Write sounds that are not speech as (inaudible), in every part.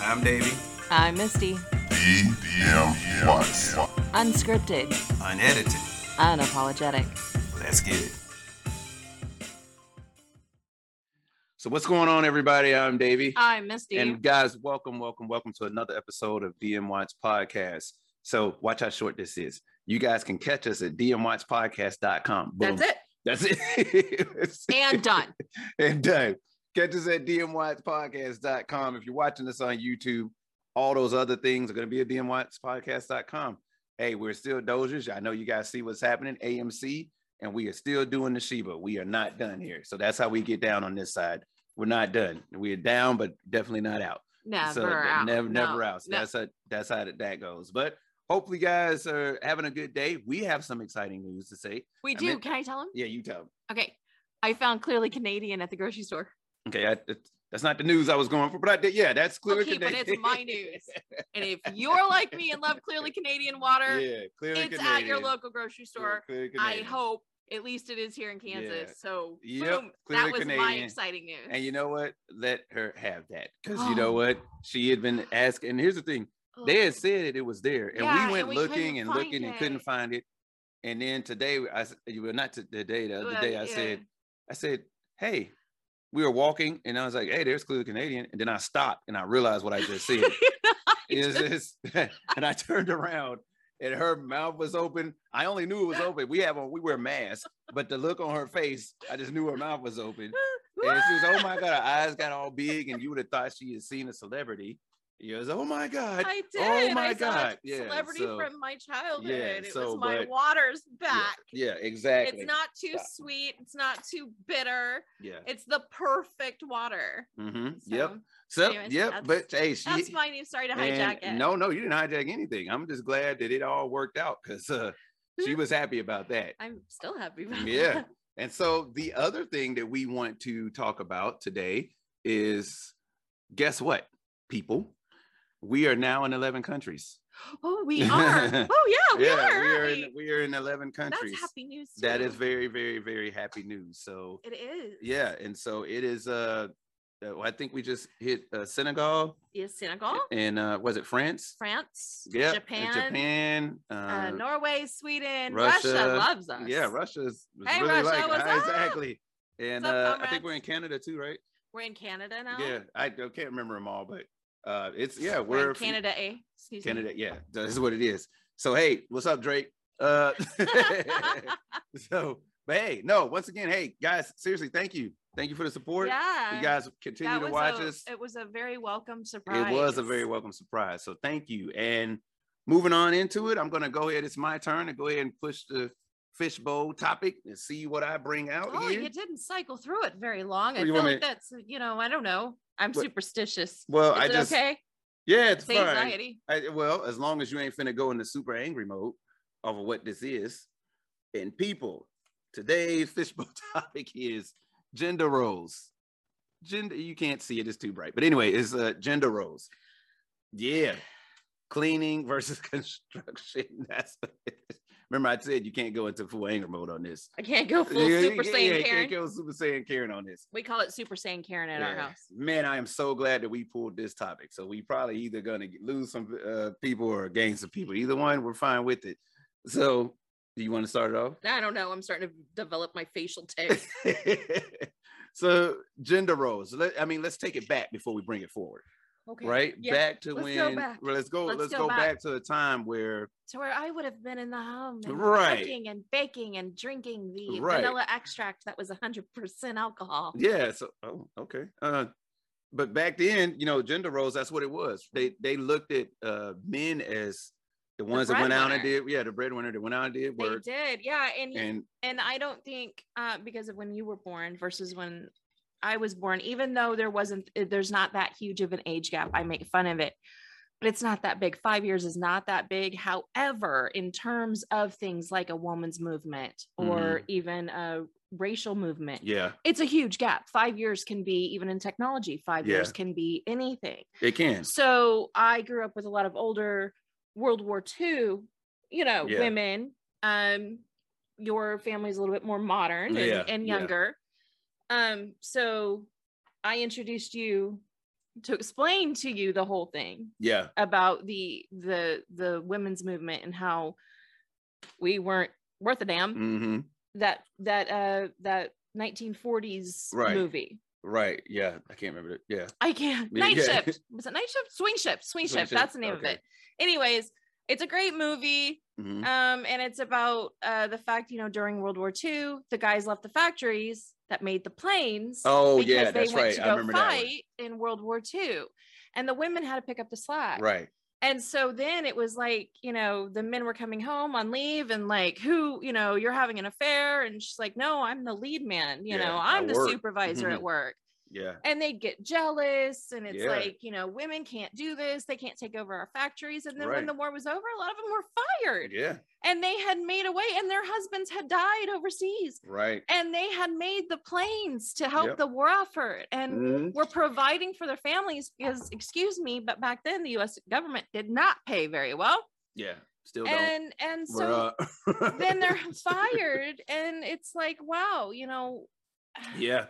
I'm Davey. I'm Misty. DM Watts. Unscripted, Unedited. unapologetic. Let's get it. So what's going on, everybody? I'm Davey. I'm Misty. And guys, welcome, welcome, welcome to another episode of DM Watch Podcast. So watch how short this is. You guys can catch us at dmwatchpodcast.com. Boom. That's it. That's it. (laughs) That's it. And done. and done. Catch us at dmwatchpodcast.com. If you're watching this on YouTube, all those other things are going to be at dmwatchpodcast.com. Hey, we're still Dozers. I know you guys see what's happening, AMC, and we are still doing the Sheba. We are not done here. So that's how we get down on this side. We're not done. We're down, but definitely not out. Never so, out. Never, No, never out. So no. That's how, that's how that- that goes. But hopefully, you guys are having a good day. We have some exciting news to say. We I do. meant- Can (laughs) I tell him? Yeah, you tell. 'em. Okay. I found clearly Canadian at the grocery store. Okay, I, that- that's not the news I was going for, but I did. Yeah, that's clearly okay, but it's Canadian. my news. And if you're like me and love clearly Canadian water, (laughs) yeah, clearly it's at your Canadian. local grocery store. Clearly I Canadian. hope at least it is here in Yeah. Kansas. So Yep, boom, that clearly was my Canadian. exciting news. And you know what? Let her have that because (gasps) you know what? She had been asking. And here's the thing: Ugh. they had said that it was there, and Yeah, and we went we couldn't looking and looking find and couldn't it. find it. And then today, I s- you were not today. The other Well, day, I yeah. said, I said, hey. We were walking, and I was like, "Hey, there's clearly Canadian." And then I stopped, and I realized what I (laughs) just said. is this (laughs) and I turned around and her mouth was open. I only knew it was open. We have on we wear masks, but the look on her face, I just knew her mouth was open. And she was, oh my god, her eyes got all big, and you would have thought she had seen a celebrity. You was, oh my god. I did. Oh my I saw God. A Yeah, celebrity so- from my childhood. it so, was my but- water's Yeah, back. Yeah, exactly. It's not too Yeah. sweet. It's not too bitter. yeah. It's the perfect water. hmm So yep. So anyways, yep. But that's- hey, she that's my new story to hijack and it. No, no, you didn't hijack anything. I'm just glad that it all worked out because uh, she was happy about that. I'm still happy about Yeah. that. And so the other thing that we want to talk about today is guess what, people? We are now in 11 countries. (laughs) Oh, (laughs) we are. Oh yeah, we we are. are, aren't in, we? we are in 11 countries. That's happy news. That too. is very, very, very happy news. So, It is. yeah. And so it is, uh, uh, I think we just hit uh, Senegal Is Senegal, and uh, was it France? France, Yeah. Japan, Japan. Uh, uh, Norway, Sweden, Russia, Russia. loves us. yeah. Russia's was Hey, really Russia, like uh, what's up? exactly. And up, uh, I think comrades? we're in Canada too, right? We're in Canada now. Yeah, I, I can't remember them all, but uh, it's yeah, We're, we're, in from Canada A. Excuse me. Canada, yeah, this is what it is. So hey, what's up, Drake? (laughs) Uh, (laughs) so, but hey, no, once again, hey guys, seriously, thank you, thank you for the support. yeah. You guys continue that to was watch a, us. It was a very welcome surprise. It was a very welcome surprise. So thank you. And moving on into it, I'm gonna go ahead. It's my turn to go ahead and push the fishbowl topic and see what I bring out Oh, here. you didn't cycle through it very long. I Well, you feel want like me- that's you know I don't know. I'm What- superstitious. well, Is I it just okay? yeah, it's Say fine. anxiety. I, well, as long as you ain't finna go into super angry mode over what this is. And people, today's fishbowl (laughs) topic is gender roles. Gender, you can't see it, it's too bright. But anyway, it's uh, gender roles. Yeah. Cleaning versus (laughs) construction. (laughs) That's what it is. Remember, I said you can't go into full anger mode on this. I can't go full Yeah, Super yeah, Saiyan yeah, (laughs) you Karen. can't go Super Saiyan Karen on this. We call it Super Saiyan Karen at our Yeah. house. Man, I am so glad that we pulled this topic. So we probably either gonna get- lose some uh, people or gain some people. Either one, we're fine with it. So, do you want to start it off? I don't know. I'm starting to develop my facial tics. (laughs) so, gender roles. Let, I mean, let's take it back before we bring it forward, Okay. right? Yeah. Back to Let's when. go back. well, let's go. Let's Let's, go go, back. back. to a time where to where I would have been in the home and Right. cooking and baking and drinking the Right. vanilla extract that was 100% alcohol. Yeah. So, oh, okay. Uh, but back then, you know, gender roles. That's what it was. They they looked at uh, men as the ones that went out and breadwinner. did. Yeah, the breadwinner that went out and did They work. did. Yeah. And, and And and I don't think uh, because of when you were born versus when I was born, even though there wasn't, eh, there's not that huge of an age gap. I make fun of it, but it's not that big. Five years is not that big. However, in terms of things like a woman's movement or even a racial movement, Mm-hmm. yeah, it's a huge gap. Five years can be even in technology, five Yeah. years can be anything. it can. So I grew up with a lot of older World War II, you know, Yeah. women. Um, your family's a little bit more modern and, Yeah, and yeah. younger. Um, so I introduced you to explain to you the whole thing Yeah. about the the the women's movement and how we weren't worth a damn hmm that that uh that 1940s Right. movie Right. Yeah. I can't remember it. Yeah. i can't Yeah, night yeah. shift was it night shift swing shift swing, Swing shift Shift, that's the name okay. of it anyways it's a great movie hmm um and it's about uh the fact you know during world war ii the guys left the factories that made the planes Oh because yeah, they that's went right. to I go remember fight in world war ii and the women had to pick up the that slack one. Right. and so then it was like you know the men were coming home on leave and like who you know you're having an affair and she's like no i'm the lead man you Yeah, know at i'm the work. Mm-hmm. supervisor at work Yeah. and they'd get jealous and it's Yeah. like you know women can't do this they can't take over our factories and then Right. when the war was over a lot of them were fired Yeah. and they had made away and their husbands had died overseas Right. and they had made the planes to help Yep. the war effort and Mhm. were providing for their families because excuse me but back then the us government did not pay very well Yeah. Still don't. and and We're, so uh, then (laughs) they're fired and it's like wow you know yeah.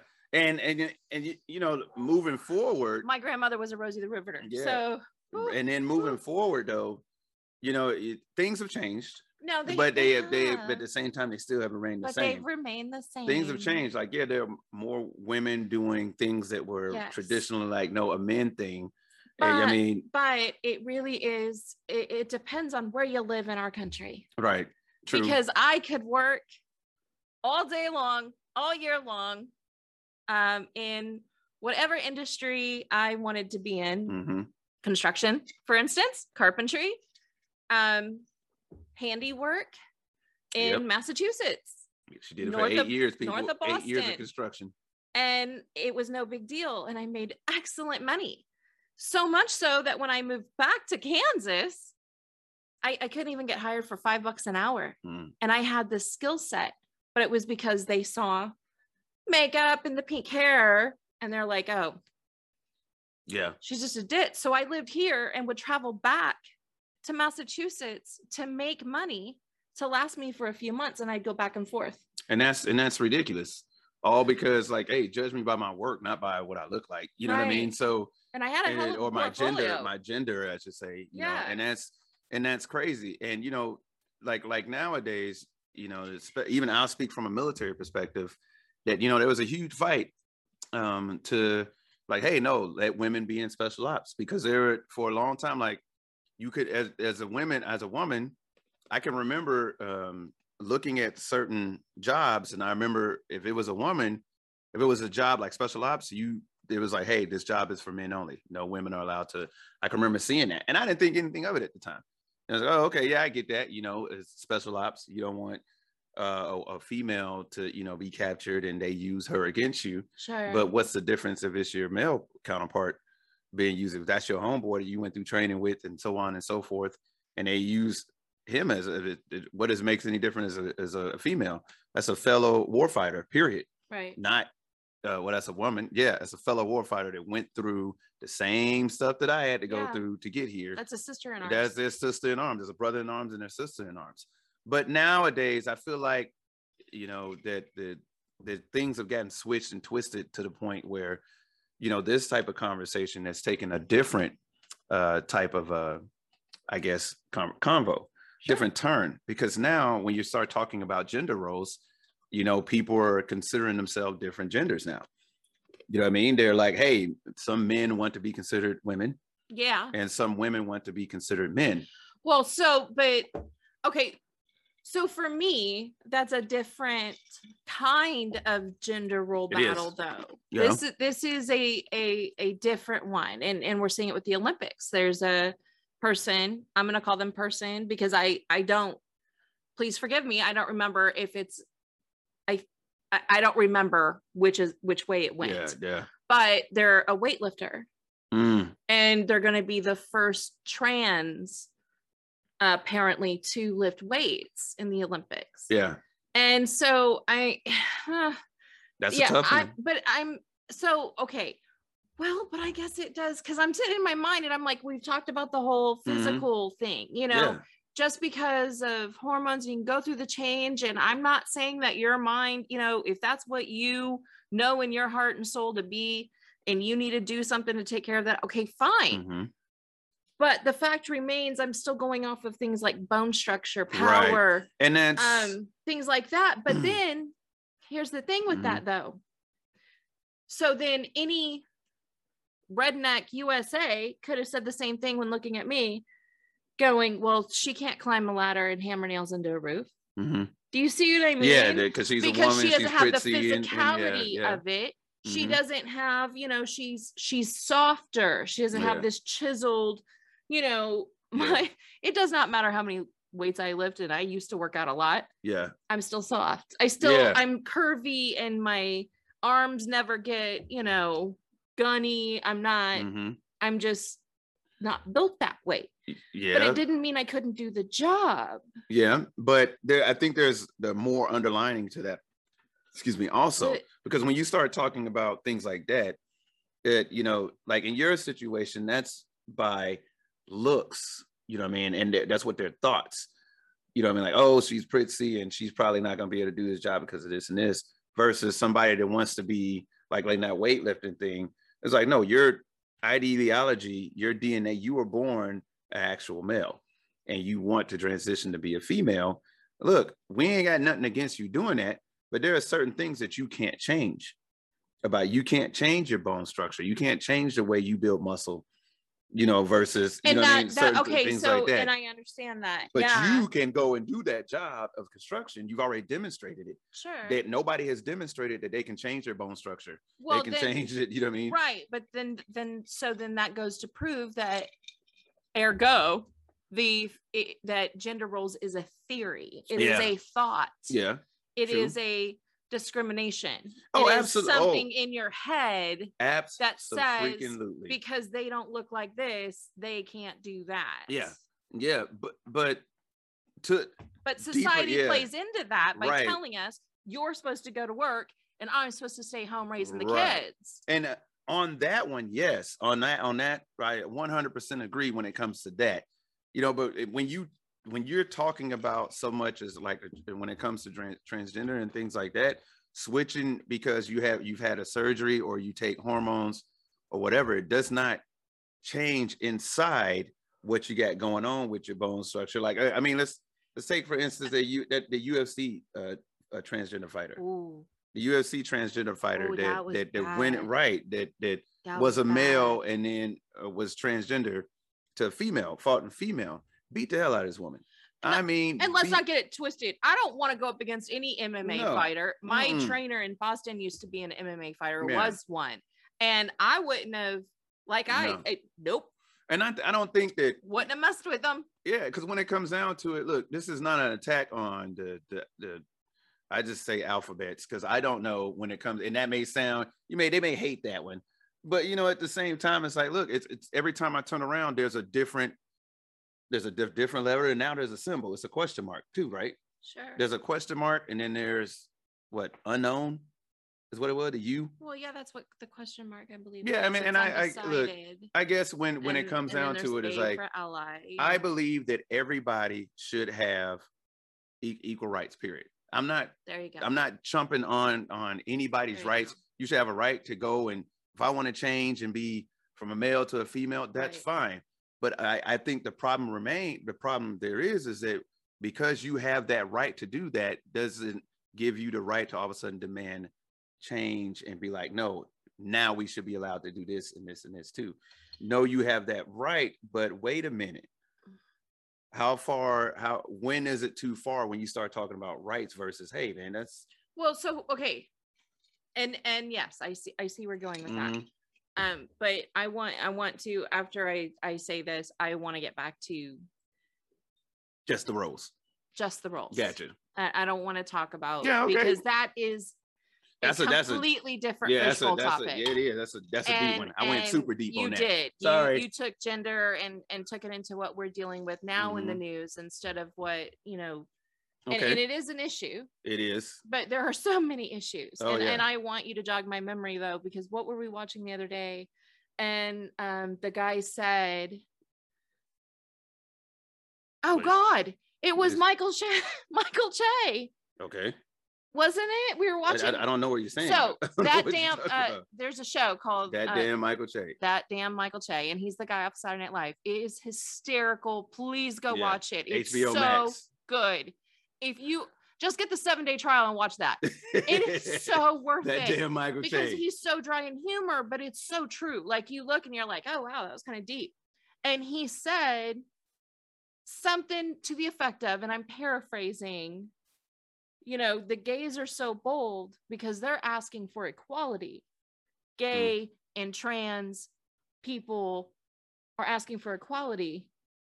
And and and you- you know moving forward, my grandmother was a rosie the riveter Yeah. so whew, and then moving forward though, you know it, things have changed, no they, but they have they yeah, but at the same time they still haven't remained the but they've same. remained the same Things have changed. Like yeah, there are more women doing things that were Yes. traditionally like no a men thing. And, I But- mean, but it really is it, it depends on where you live in our country right? True. because I could work all day long, all year long, um, in whatever industry I wanted to be in hmm construction, for instance, carpentry, um, handiwork in Yep. Massachusetts. she did it for north eight of- years. People, north of eight years of Boston. construction. And it was no big deal. And I made excellent money. So much so that when I moved back to Kansas, I, I couldn't even get hired for five bucks an hour. Mm. and I had this skill set, but it was because they saw makeup and the pink hair and they're like, oh, Yeah. she's just a dit. So I lived here and would travel back to Massachusetts to make money to last me for a few months and I'd go back and forth. and that's and that's ridiculous all because like hey judge me by my work not by what i look like you know what i mean Right. so And I had a hell and, of a or my gender portfolio. my gender i should say you know Yeah. and that's and that's crazy and you know like like nowadays you know it's- even i'll speak from a military perspective that you know there was a huge fight um to like hey no let women be in special ops because they were for a long time like you could as as a woman as a woman i can remember um looking at certain jobs and i remember if it was a woman if it was a job like special ops you it was like hey this job is for men only no women are allowed to i can remember seeing that and i didn't think anything of it at the time and i was like oh okay yeah i get that you know it's special ops you don't want uh, a, a female to you know be captured and they use her against you sure. but what's the difference if it's your male counterpart being used? If that's your homeboy that you went through training with and so on and so forth, and they use him as a, it- it- what is makes any different as a, as a female? That's a fellow warfighter, period. right. Not, uh, well, that's a woman. Yeah, that's a fellow warfighter that went through the same stuff that I had to go Yeah. through to get here. That's a sister in arms. That's their sister in arms. There's a brother in arms and their sister in arms. But nowadays, I feel like you know that the that things have gotten switched and twisted to the point where you know this type of conversation has taken a different uh, type of uh, I guess con- convo, different turn because now when you start talking about gender roles, you know people are considering themselves different genders now. You know what I mean? They're like, hey, some men want to be considered women, yeah. and some women want to be considered men. Well, so, but okay. So for me, that's a different kind of gender role It is. battle, though. Yeah. This is this is a a a different one, and and we're seeing it with the Olympics. There's a person. I'm going to call them person because I I don't. Please forgive me. I don't remember if it's. I I I don't remember which is which way it went. Yeah, But they're a weightlifter yeah. Mm, and they're going to be the first trans uh, apparently to lift weights in the olympics yeah. and so i (sighs) That's yeah a tough I, one. but i'm so okay well but i guess it does because i'm sitting in my mind and i'm like we've talked about the whole physical thing you know Mm-hmm. yeah. just because of hormones you can go through the change and i'm not saying that your mind you know if that's what you know in your heart and soul to be and you need to do something to take care of that, okay, fine. Mhm. But the fact remains, I'm still going off of things like bone structure, Right. Mm. power, And that's um, things like that. But then here's the thing with Mhm. that though. So then any redneck USA could have said the same thing when looking at me, going, Well, she can't climb a ladder and hammer nails into a roof. mhm. Do you see what I mean? yeah, because she's a because woman, she doesn't she's have the pretty, and- and, yeah, physicality yeah. of it. She Mhm. doesn't have, you know, she's she's softer. She doesn't have Yeah. this chiseled, you know, (laughs) Yeah. my it does not matter how many weights I lifted. I used to work out a lot. yeah. I'm still soft. I still Yeah. I'm curvy and my arms never get, you know, gunny. I'm not mhm. I'm just not built that way. Y- Yeah. But it didn't mean I couldn't do the job. Yeah, but there, I think there's the more underlining to that. Excuse me. Also, But- because when you start talking about things like that, it you know, like in your situation, that's by looks. You know what I mean? And that- that's what their thoughts. You know what I mean? Like, oh, she's pretty, and she's probably not going to be able to do this job because of this and this. Versus somebody that wants to be like like that weightlifting thing. It's like, no, your ideology, your DNA, you were born an actual male and you want to transition to be a female, look, we ain't got nothing against you doing that, but there are certain things that you can't change about you can't change your bone structure. You can't change the way you build muscle, you know, versus you And know what I that, mean? that certain th- okay, things so like that. and I understand that. but yeah. you can go and do that job of construction. You've already demonstrated it. sure. That nobody has demonstrated that they can change their bone structure. well, they can then, change it, you know what I mean? right. But then then so then that goes to prove that ergo the it, that gender roles is a theory. It Yeah. is a thought. Yeah. It is True. a discrimination. Oh, It is absolute- oh. Something in your head Abs- that so says freaking-lutely. because they don't look like this, they can't do that. Yeah. yeah, but but to But Deeper, society yeah. plays into that by Right. telling us you're supposed to go to work and I'm supposed to stay home raising the Right. kids. and uh, on that one yes on that on that right 100% agree when it comes to that you know but it- when you when you're talking about so much as like uh, when it comes to tran- transgender and things like that switching because you have you've had a surgery or you take hormones or whatever it does not change inside what you got going on with your bone structure like i I mean let's let's take for instance that you that the ufc uh, a transgender fighter Ooh, the UFC transgender fighter Oh, that that that was that, went it bad. right that that that was a bad. male and then uh, was transgender to a female, fought in female, beat the hell out of this woman. And I mean, And let's beat- not get it twisted. I don't want to go up against any MMA No. fighter. My Mm-mm. trainer in Boston used to be an MMA fighter, Yeah. was one. And I wouldn't have, like, I, No. I- nope, and I, I don't think that wouldn't have messed with them. yeah, because when it comes down to it, look, this is not an attack on the the, the I just say alphabets because I don't know when it comes, and that may sound you may they may hate that one, but you know at the same time it's like look, it's it's every time I turn around there's a different there's a diff- different letter and now there's a symbol, it's a question mark too, right? Sure. There's a question mark and then there's what unknown is what it was the U. well, yeah, that's what the question mark, I believe. Yeah, I is. mean, It's and I- I- look, undecided. I guess when when it And- comes and then down to there's it, it's A like for ally. I believe that everybody should have e- equal rights. Period. I'm not. There you go. I'm not chumping on on anybody's There you rights. go. You should have a right to go and if I want to change and be from a male to a female, that's Right. fine. But I, I think the problem remain the problem there is is that because you have that right to do that doesn't give you the right to all of a sudden demand change and be like, no, now we should be allowed to do this and this and this too. No, you have that right, but wait a minute. How far, how when is it too far when you start talking about rights versus hey man, that's Well, so okay. And and yes, I see I see where you're going with that. mhm, Um, but I want I want to after I I say this, I want to get back to just the roles. just the roles. Gotcha. I, I don't want to talk about Yeah, okay. because that is a That's a- that's a- completely different Yeah, that's a fishbowl that's a, topic. yeah, it is. That's a that's a deep one. I went and super deep you on that. did You- Sorry. you took gender and and took it into what we're dealing with now in the news instead of what you know and, Mm-hmm. Okay, and it is an issue it is. but there are (laughs) so many issues Oh, and, yeah. and i want you to jog my memory though because what were we watching the other day and um the guy said oh Wait. god it was Is- (laughs) michael che michael che Okay. wasn't it? We were I, watching. I, I don't know what you're saying. (laughs) so I don't know what that you're damn, talking uh, about. there's a show called that uh, damn Michael Che. that damn Michael Che, and he's the guy off Saturday Night Live. It is hysterical. Please go Yeah. watch it. It's HBO so Max. good. If you just get the seven day trial and watch that, (laughs) it is so (laughs) worth that it damn Michael because Che. he's so dry in humor, but it's so true. Like you look and you're like, oh wow, that was kind of deep. And he said something to the effect of, and I'm paraphrasing, you know, the gays are so bold because they're asking for equality. Gay Mm. and trans people are asking for equality,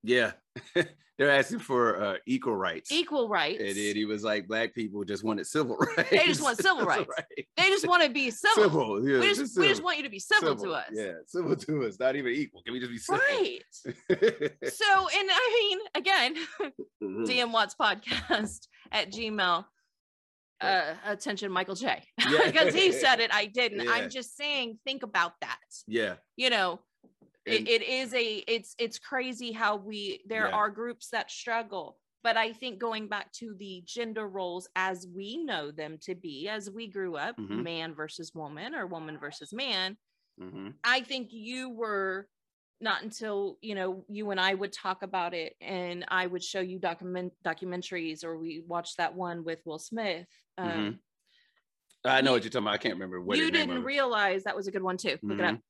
yeah, (laughs) they're asking for uh, equal rights. equal rights. And then he was like, black people just wanted civil (laughs) rights. just want civil (laughs) That's rights. They just want to be (laughs) civil. Civil. Yeah, we just, we just civil. want you to be civil, to us. Yeah, (laughs) civil to us. Not even equal. Can we just be civil? (laughs) Right. so and i mean again (laughs) Mhm. dm watts podcast (laughs) at gmail uh, attention michael j (laughs) Mm-hmm. Yeah. because he said it i didn't Yeah. i'm just saying think about that (laughs) Yeah. you know it, And- it is a it's it's crazy how we there Yeah. are groups that struggle but i think going back to the gender roles as we know them to be as we grew up Mhm. man versus woman or woman versus man Mhm. I think you were not until you know you and I would talk about it, and I would show you document documentaries, or we watched that one with Will Smith. Um, Mhm. I know what you're talking about. I can't remember what you his name didn't of it- realize that was a good one too. Look it Mhm. up.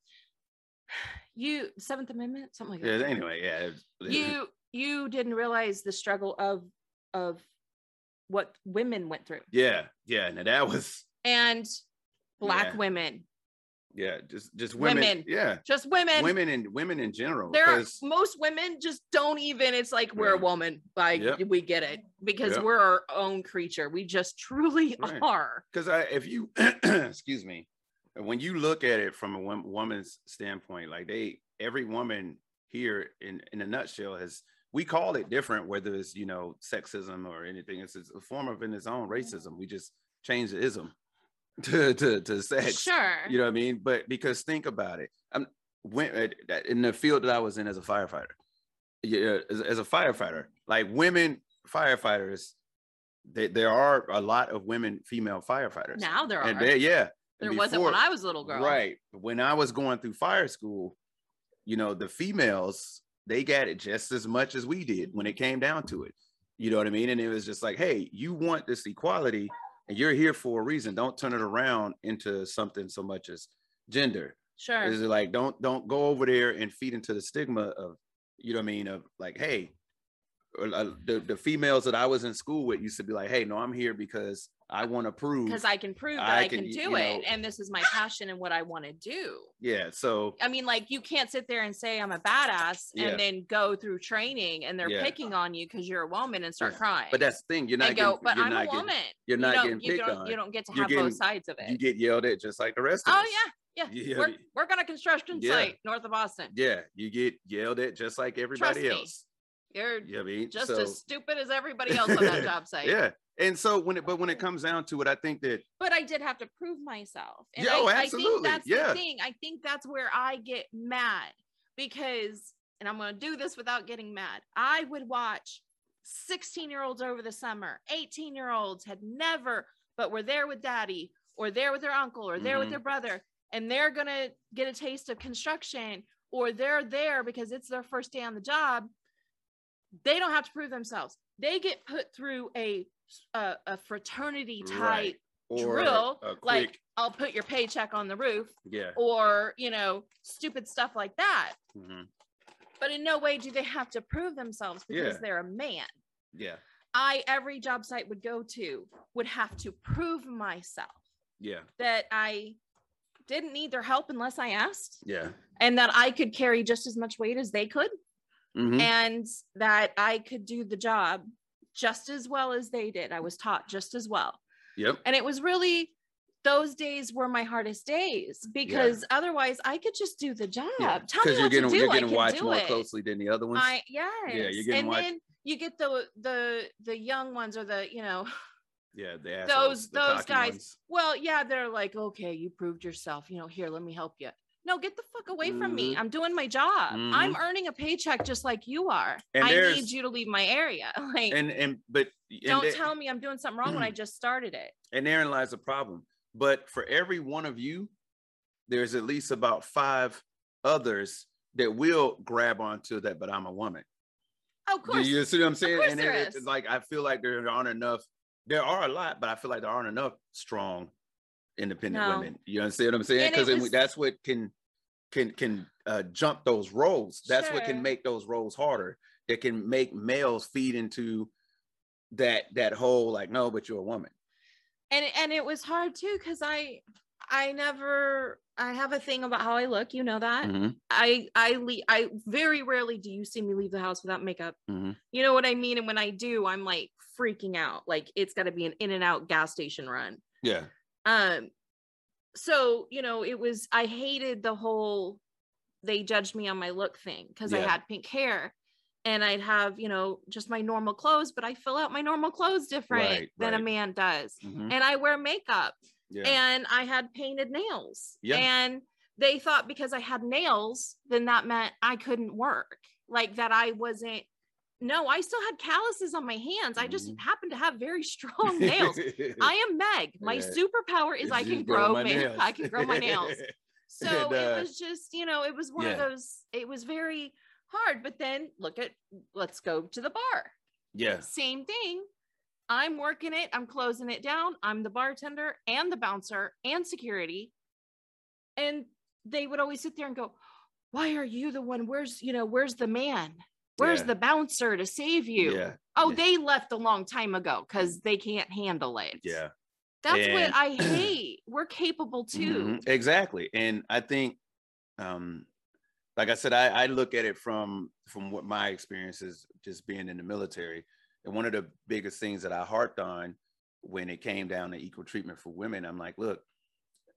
You Seventh Amendment, something like that. Yeah, anyway, yeah. it- You you didn't realize the struggle of of what women went through yeah, yeah. Now that was and black Yeah. women, yeah, just just women. Women. Yeah. just women. women and women in general. there are 'cause- most women just don't even it's like we're a Yeah. woman like Yep. we get it because Yep. we're our own creature we just truly Right. are because I, if you, (clears throat) excuse me, when you look at it from a wom- woman's standpoint, like they, every woman here in in a nutshell has, we call it different, whether it's you know sexism or anything. It's, it's a form of in its own racism. We just change the ism (laughs) to to to sex. sure You know what I mean? But because think about it, I'm when uh, that- in the field that I was in as a firefighter. Yeah, as, as a firefighter, like women firefighters, they, there are a lot of women female firefighters. now there are and they, yeah, there wasn't when i was a little girl Right. When I was going through fire school, you know, the females, they got it just as much as we did when it came down to it. You know what I mean? And it was just like, hey, you want this equality and you're here for a reason. Don't turn it around into something so much as gender. sure Is it like don't don't go over there and feed into the stigma of, you know what I mean, of like, hey, or, uh, the, the females that I was in school with used to be like, hey, no, I'm here because I want to prove. because i can prove that I i, can, can, y- do you it know- and this is my passion and what i want to do yeah. So I mean, like you can't sit there and say I'm a badass Yeah. and then go through training and they're Yeah. picking on you because you're a woman and start Yeah. crying. but that's the thing. You're not and go, getting, but you're I'm not a getting- woman. you're You not don't- getting you picked don't, on. You don't get to You're have getting- both sides of it. you get yelled at just like the rest of Oh us. yeah, yeah. Yeah. Work, work on a construction Yeah. site north of Boston. Yeah, you get yelled at just like everybody me. else. You're You know what I mean? just So, as stupid as everybody else on (laughs) that job site. yeah. And so when it but when it comes down to it, I think that But I did have to prove myself. And Yeah, I, oh, I absolutely. think that's Yeah. the thing. I think that's where I get mad because, and I'm going to do this without getting mad. I would watch 16 year olds over the summer, 18 year olds had never, but were there with daddy or there with their uncle or there Mhm. with their brother, and they're going to get a taste of construction or they're there because it's their first day on the job. They don't have to prove themselves. They get put through a a, a fraternity type Right. or drill, a quick like I'll put your paycheck on the roof, yeah. or you know, stupid stuff like that. mhm, But in no way do they have to prove themselves because Yeah. they're a man. Yeah. I every job site would go to would have to prove myself Yeah. that I didn't need their help unless I asked, Yeah. and that I could carry just as much weight as they could, mhm, and that I could do the job just as well as they did. I was taught just as well. Yep. And it was really those days were my hardest days because otherwise I could just do the job. Yeah. Tell me what you're getting to do. you're I getting can watched do more it. closely than the other ones. I yes. you're getting and watched- then you get the the the young ones or the you know (laughs) yeah, the assholes, those- the those cocky guys- ones. well yeah they're like okay you proved yourself you know here let me help you No, get the fuck away from me. Mhm. I'm doing my job. Mhm. I'm earning a paycheck just like you are. And I there's- need you to leave my area. (laughs) Like, and Mm-hmm. and but and don't they- tell me I'm doing something wrong when I just started it. and therein lies the problem. But for every one of you, there's at least about five others that will grab onto that. But I'm a woman. Oh, of Do course. you see what I'm saying? course And there it- it's is. like I feel like there aren't enough. There are a lot, but I feel like there aren't enough strong, independent No. women. You understand what I'm saying? And it Because was- that's what can can can uh, jump those roles. That's what Sure. can make those roles harder. That can make males feed into that that whole like no, but you're a woman. and and it was hard too because I I never I have a thing about how I look. You know that. Mhm, I I le- I very rarely do you see me leave the house without makeup. mhm. You know what I mean? And when I do, I'm like freaking out. Like it's got to be an in and out gas station run. Yeah, Um so, you know, it was I hated the whole they judged me on my look thing cuz I Yeah. had pink hair and I'd have, you know, just my normal clothes, but I fill out my normal clothes different Right, than a right. man does. mhm, And I wear makeup yeah. and I had painted nails. Yeah. And they thought because I had nails, then that meant I couldn't work, like that I wasn't. No, I still had calluses on my hands. I just Mhm. happened to have (laughs) very strong nails. I am Meg. My Yeah. superpower is I Just can grow grow, my ma- nails. I can grow (laughs) my nails. So And, uh, it was just, you know, it was one of yeah. those, it was very hard. But then look at, let's go to the bar yeah, same thing. I'm working it, I'm closing it down. I'm the bartender and the bouncer and security. And they would always sit there and go, Why are you the one? Where's, you know, where's the man? Where's Yeah. the bouncer to save you? yeah, Oh, yeah. they left a long time ago because they can't handle it. yeah. That's what And- I (clears throat) hate. We're capable too. Mhm, Exactly. And I think um like I said, I, I look at it from from what my experience is just being in the military. And one of the biggest things that I harped on when it came down to equal treatment for women, I'm like, look,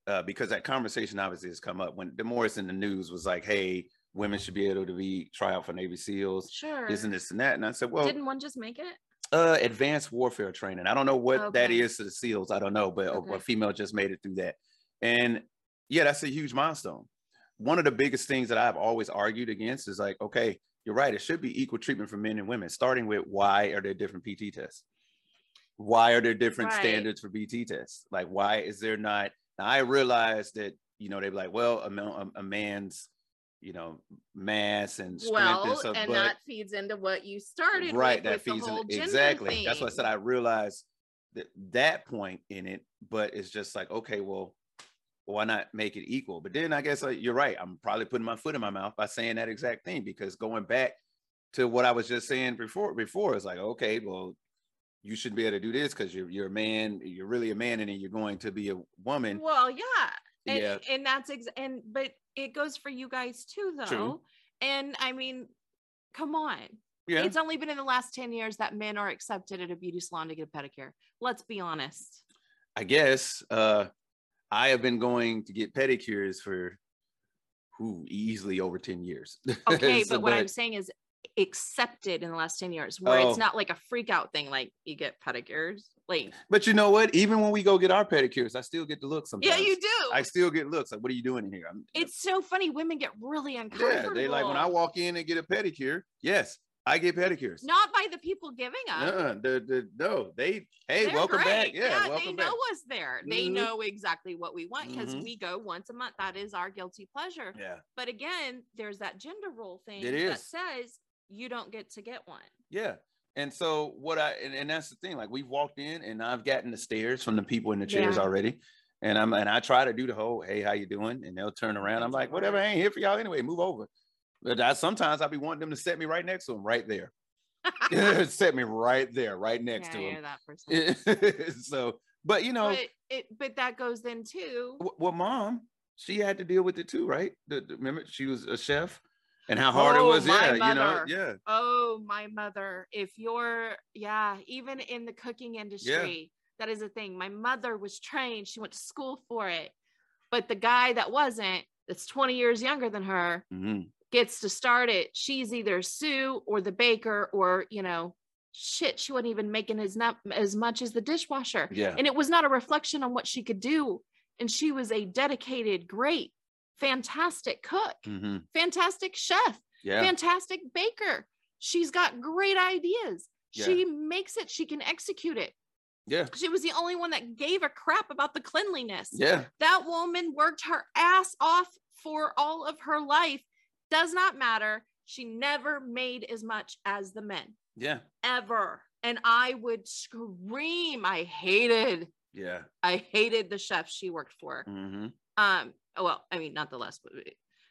uh, because that conversation obviously has come up when the Morris in the news was like, hey, women should be able to be try out for Navy SEALs, Sure. this and this and that. And I said, Mm-hmm. well, Didn't one just make it? uh advanced warfare training. I don't know what that Okay. is to the SEALs. I don't know, but a- a Okay. female just made it through that. And yeah, that's a huge milestone. One of the biggest things that I've always argued against is like, okay, you're right, it should be equal treatment for men and women, starting with why are there different PT tests? Why are there different Right. standards for BT tests? Like, why is there not? Now, I realize that, you know, they're like, well, a, ma- a, a man's, you know, mass and strength and Well, stuff. and but that feeds into what you started right with, that with feeds the whole in gender exactly that's why i thing. said i realized that that point in it but it's just like okay well why not make it equal but then i guess like, you're right i'm probably putting my foot in my mouth by saying that exact thing because going back to what i was just saying before before it's like okay well you should be able to do this because you're, you're a man you're really a man and then you're going to be a woman Well, yeah. And, yeah and that's ex- and but it goes for you guys too though. And I mean, come on. yeah It's only been in the last 10 years that men are accepted at a beauty salon to get a pedicure. Let's (laughs) be honest. I guess uh, I have been going to get pedicures for who easily over 10 years. Okay, So, but what I'm saying is accepted in the last 10 years where Oh. it's not like a freak out thing like you get pedicures. Like but you know what? Even when we go get our pedicures, I still get the look sometimes. Yeah, you do. I still get looks. Like, what are you doing in here? I'm, it's so funny women get really yeah, uncomfortable. they like when I walk in and get a pedicure. Yes, I get pedicures. not by the people giving up. uh the, the, no, they. Hey, They're welcome back. great. Yeah, welcome they back. know us there. They Mhm. know exactly what we want because Mhm. we go once a month. That is our guilty pleasure. Yeah, But again, there's that gender role thing It that is. says you don't get to get one. yeah. And so what I and, and that's the thing. Like we've walked in and I've gotten the stares from the people in the chairs Yeah. already. And I'm and I try to do the whole hey, how you doing? And they'll turn around. I'm That's like, whatever, I ain't here for y'all anyway. Move over. But I sometimes I'll be wanting them to set me right next to them, right (laughs) there. (laughs) set me right there, right next Yeah, to I hear him. that (laughs) person. so, but you know, but it but that goes then too. w- well, mom, she had to deal with it too, right? The, the- remember, she was a chef and how hard it Oh, was. my Yeah, you know, mother. yeah. Oh, my mother, if you're yeah, even in the cooking industry, that is a thing. My mother was trained, she went to school for it. But the guy that wasn't, that's 20 years younger than her, Mhm. gets to start it, she's either Sue or the baker or you know, shit, she wasn't even making as not as much as the dishwasher. Yeah. And it was not a reflection on what she could do. And she was a dedicated, great fantastic cook, hmm fantastic chef, Yeah. fantastic baker. She's got great ideas. Yeah. She makes it, she can execute it. yeah. She was the only one that gave a crap about the cleanliness. Yeah. That woman worked her ass off for all of her life. Does not matter. She never made as much as the men Yeah. ever. And I would scream. I hated, Yeah. I hated the chef she worked for. hmm Um, oh, well, I mean, not the less, but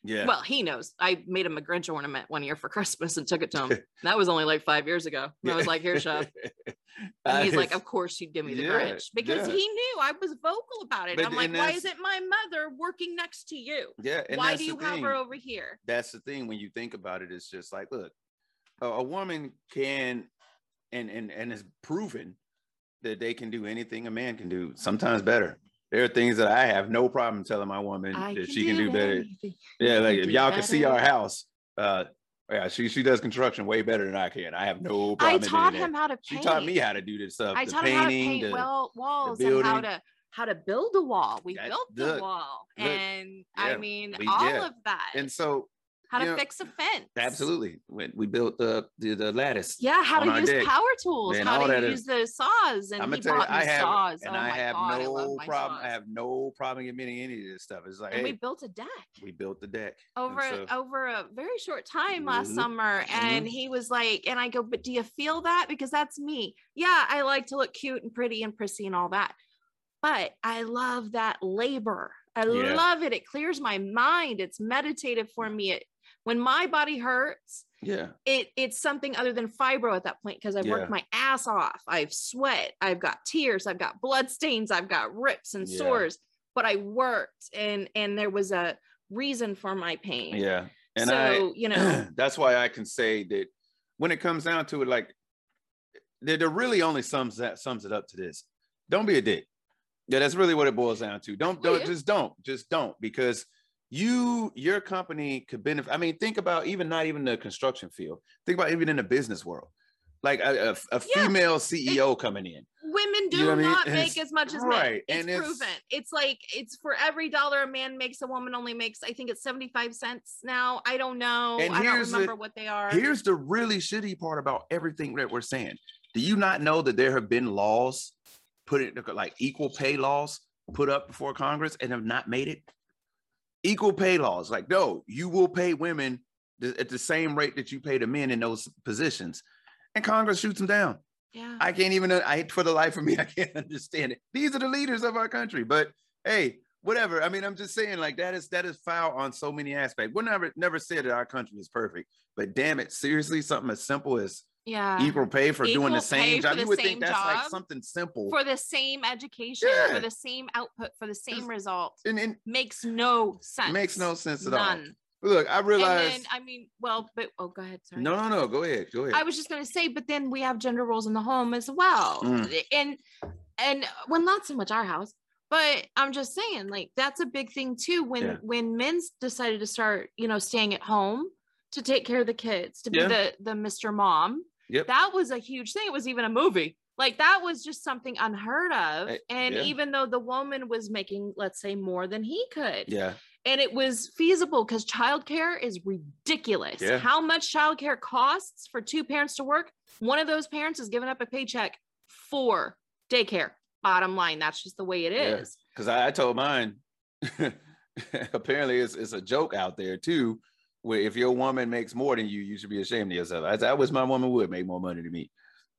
Yeah. well, he knows. I made him a Grinch ornament one year for (laughs) Christmas and took it to (laughs) him. that was only like five years ago. And I was like, here, chef. And he's like, Uh, of course you'd give me the Yeah, Grinch because yeah. he knew I was vocal about it. But- I'm like, and why that's- isn't my mother working next to you? (laughs) yeah. and why that's do the you have thing. her over here? that's the thing when you think about it it's just like look a, a woman can and and and it's proven that they can do anything a man can do sometimes better there are things that i have no problem telling my woman that she can do better yeah like can if do y'all can see better. our house uh yeah she she does construction way better than i can i have no problem I in doing taught that. him how to paint. she taught me how to do this stuff I the taught him how to painting paint the- well walls and how building. to how to build a wall. We That- built the look, wall, look, and yeah, I mean we- all yeah. of that. and so how to you know, fix a fence? absolutely when we built the the, the lattice Yeah, how on to our use deck. power tools, Man, how all that to is- use the saws, and I'm he gonna tell you, bought me I have, saws. and oh I my have God, I love no my problem. I saws. have no problem admitting any of this stuff. It's like, and we hey, built a deck we built the deck and over so- over a very short time last Mhm, summer and he was like and i go but do you feel that because that's me yeah i like to look cute and pretty and prissy and all that but i love that labor i Yeah. Mm. love it it clears my mind it's meditative for me it when my body hurts yeah, it it's something other than fibro at that point because I've Yeah. worked my ass off. I've sweat, I've got tears, I've got blood stains, I've got rips and Yeah. sores, but I worked and and there was a reason for my pain. yeah, and so, (clears throat) you know, I that's why I can say that when it comes down to it, like there, there really only sums that sums it up to this. Don't be a dick. Yeah, that's really what it boils down to. Don't don't Yeah. just don't just don't because you your company could benefit. I mean, think about even not even the construction field. Think about even in the business world, like a, a, a Yeah. female CEO coming in. women do know what I mean? not It's- make as much as right, men. It's and it's- proven. It's like it's for every dollar a man makes, a woman only makes, I think it's 75 cents now. I don't know. And I don't here's the- remember what they are. Here's the really shitty part about everything that we're saying. Do you not know that there have been laws put in like equal pay laws put up before Congress and have not made it? Equal pay laws, like no, you will pay women th- at the same rate that you pay the men in those positions, and Congress shoots them down. yeah. I can't even. uh, I for the life of me, (laughs) I can't understand it. These are the leaders of our country, but hey, whatever. I mean, I'm just saying, like that is that is foul on so many aspects. We're never never said that our country is perfect, but damn it, seriously, something as simple as yeah. equal pay for doing equal the same pay job. for You the would think same that's like job something simple, for the same education, Yeah. for the same output, for the same Just- result and, and makes no sense. it makes no sense at None. all. Look, I And realize. then, I mean, well, but oh, go ahead. Sorry. no, no, no. Go ahead. Go ahead. I was just going to say, but then we have gender roles in the home as well, Mm. and and well, not so much our house, but I'm just saying, like that's a big thing too. When Yeah. when men s- decided to start, you know, staying at home to take care of the kids, to be Yeah. the the Mr. Mom, Yep. that was a huge thing. It was even a movie. Like that was just something unheard of. Hey, And yeah. even though the woman was making, let's say, more than he could, yeah, and it was feasible because childcare is ridiculous. Yeah. How much childcare costs for two parents to work? One of those parents is giving up a paycheck for daycare. Bottom line, that's just the way it Yeah. is. because I, I told mine. (laughs) apparently, it's it's a joke out there too. Where if your woman makes more than you, you should be ashamed of yourself. I, said, I wish my woman would make more money than me.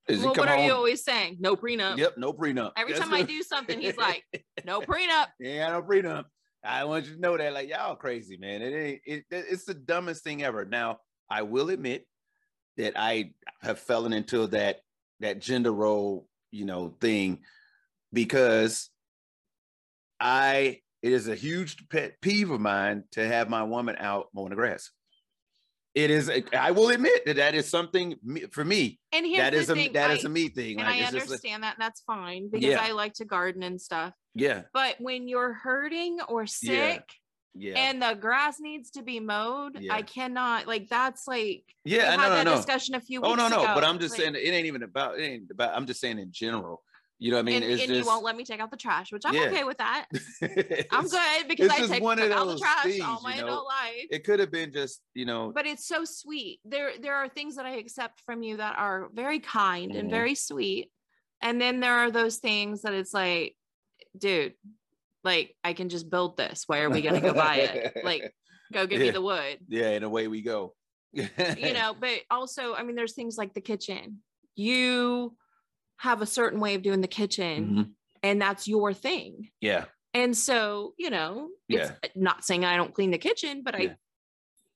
'Cause you Well, come what are you home- always saying? No prenup. Yep, no prenup. Every That's time I what- do something, (laughs) he's like, no prenup. yeah, no prenup. I want you to know that, like, y'all crazy, man. It ain't. It, it- it's the dumbest thing ever. Now, I will admit that I have fallen into that that gender role, you know, thing because I it is a huge pet peeve of mine to have my woman out mowing the grass. It is. a- I will admit that that is something me- for me. And here's That is the a thing. that I, is a me thing. and Like, I it's just like- understand that, and that's fine because Yeah. I like to garden and stuff. yeah, But when you're hurting or sick, yeah, and the grass needs to be mowed. Yeah. I cannot like that's like we yeah. I had know, I that know. discussion a few weeks Oh ago. no, no. But I'm just Like, saying it ain't even about. It ain't about. I'm just saying in general. You know what I mean? and, it's and just, you won't let me take out the trash, which I'm Yeah. okay (laughs) with that. I'm it's- good because it's I just take one of took out the those trash all things, my you know? adult life. It could have been just, you know, but it's so sweet. There there are things that I accept from you that are very kind and Mhm. very sweet. And then there are those things that it's like, dude, like I can just build this. Why are we gonna go buy it? Like, go give me (laughs) Yeah. the wood. yeah, and away we go. (laughs) you You know, but also, I mean, there's things like the kitchen. You have a certain way of doing the kitchen, Mm-hmm. and that's your thing. Yeah. (laughs) And so, you know, it's not saying I don't clean the kitchen, but I Yeah.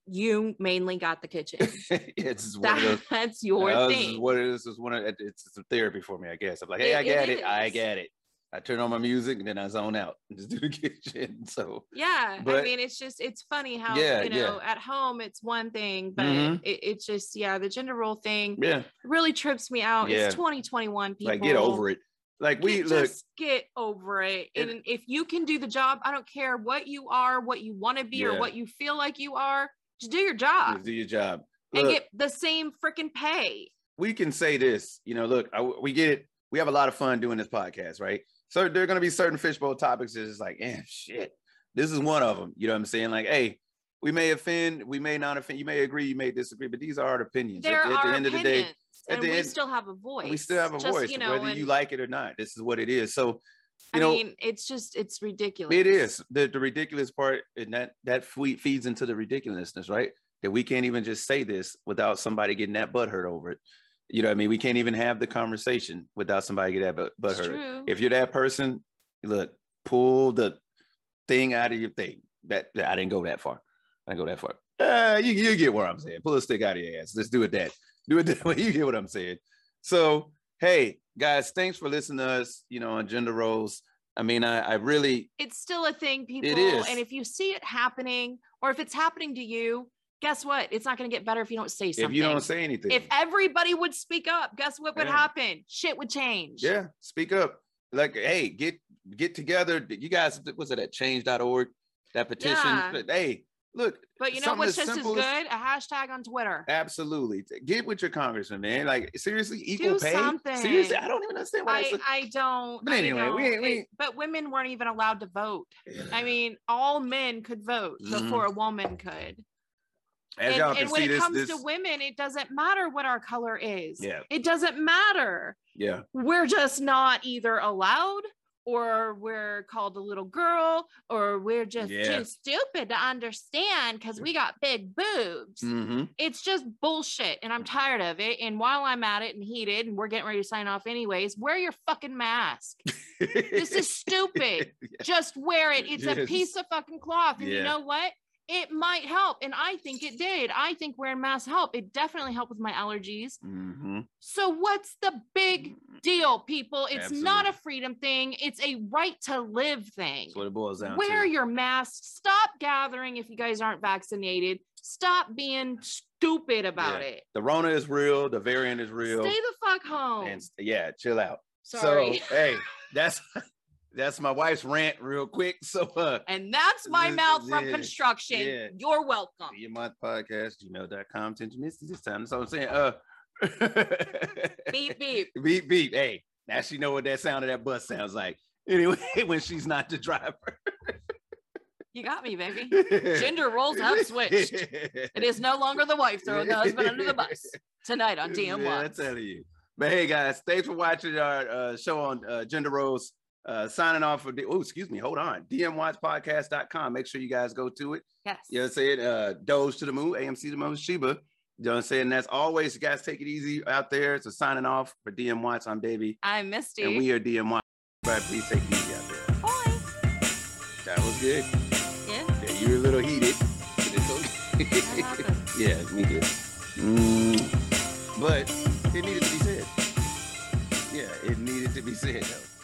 you mainly got (laughs) the kitchen. (laughs) it's just one of those. That- that's your Uh, This is thing. what it is. It's one of it's some therapy for me, I guess. I'm like, hey, It- I it get it, I is. get it. I turn on my music and then I zone out (laughs) and just do the kitchen. So yeah. I but- mean, it's just, it's funny how, Yeah, you yeah. know, at home it's one thing, but Mhm. it, it's just, yeah, the gender role thing yeah, really trips me out. Yeah. It's 2021 people. like get over it. Like we Get- look, just get over it. It- and if you can do the job, I don't care what you are, what you want to be, or Yeah. what you feel like you are, just do your job just do your job. and Look, get the same freaking pay. we can say this, you know, look, I, we get it. We have a lot of fun doing this podcast, right? So there are going to be certain fishbowl topics that's just like, eh, shit, this is one of them. You know what I'm saying? Like, hey, we may offend, we may not offend, you may agree, you may disagree, but these are our opinions. There at, at are the end of the day, opinions, at and the we end- still have a voice. we still have a Just, voice, you know, whether and- you like it or not. This is what it is. So, you I know, mean, it's just it's ridiculous. it is the, the ridiculous part, and that that fe- feeds into the ridiculousness, right? That we can't even just say this without somebody getting that butt hurt over it. You know what I mean? We can't even have the conversation without somebody getting that butt, butt It's hurt. true. if you're that person, look, pull the thing out of your thing. That, that- I didn't go that far. I didn't go that far. Uh, you, you get what I'm saying. Pull a stick out of your ass. Let's do it that. Do it (laughs) that way. You get what I'm saying. So, hey, guys, thanks for listening to us, you know, on gender roles. I mean, I, I really, it's still a thing, people. is. And if you see it happening, or if it's happening to you, guess what? It's not going to get better if you don't say something. if you don't say anything, If everybody would speak up, guess what would Yeah. happen? Shit would change. yeah, speak up. Like, hey, get get together. You guys, was it at change.org? That petition. Yeah. Hey, look, But you know Something what's as just as simple good? as- A hashtag on Twitter. Absolutely. T- Get with your congressman, man. Like seriously, equal pay. something. Seriously, I don't even understand why. I, that's I don't. But I anyway, we don't. ain't- we It- but women weren't even allowed to vote. a- I mean, all men could vote Mhm. before a woman could. as and, y'all and can when see it this, comes this to women, it doesn't matter what our color is. Yeah. It doesn't matter. yeah, We're just not either allowed or we're called a little girl or we're just Yeah. too stupid to understand because we got big boobs. hmm It's just bullshit and I'm tired of it. And while I'm at it and heated and we're getting ready to sign off anyways, wear your fucking mask. (laughs) (laughs) This is stupid just wear it. It's a Yes. piece of fucking cloth. And you Yeah. know what? It might help. And I think it did. I think wearing masks helped. It definitely helped with my allergies. hmm So what's the big deal, people? It's not a Absolutely. freedom thing. It's a right to live thing. That's what it boils down Wear to. your mask. Stop gathering if you guys aren't vaccinated. Stop being stupid about Yeah. it. the Rona is real. The variant is real. Stay the fuck home. and s- yeah, chill out. Sorry. So hey, that's (laughs) that's my wife's rant, real quick. So uh, (laughs) and that's my This mouth is from it. construction. Yeah. You're welcome. your month podcast, gmail.com, attention misses this time. That's what I'm saying. (laughs) Uh, Beep beep. beep beep. Hey, now she know what that sound of that bus sounds like. Anyway, (laughs) when she's not the driver. You got me, baby. (laughs) Gender roles have switched. It is no longer the wife throwing the husband under (laughs) the bus tonight on DM1. Yeah, I tell you. But hey guys, thanks for watching our uh, show on uh, gender roles. Uh, signing off for D- oh, excuse me, hold on. DMWatchPodcast.com. Make sure you guys go to it. yes. You know what I'm saying? Uh, Doge to the moon, AMC to the moon, Sheba. You know what I'm saying? That's always, you guys take it easy out there. So signing off for DM Watch. I'm Davey, I'm Misty. and we are DM Watch. But please take it easy out there. Bye. That was good. Yeah, Yeah, you were a little heated. But it's okay. that happened. (laughs) yeah, me too. Mm, but it needed to be said. Yeah, it needed to be said though.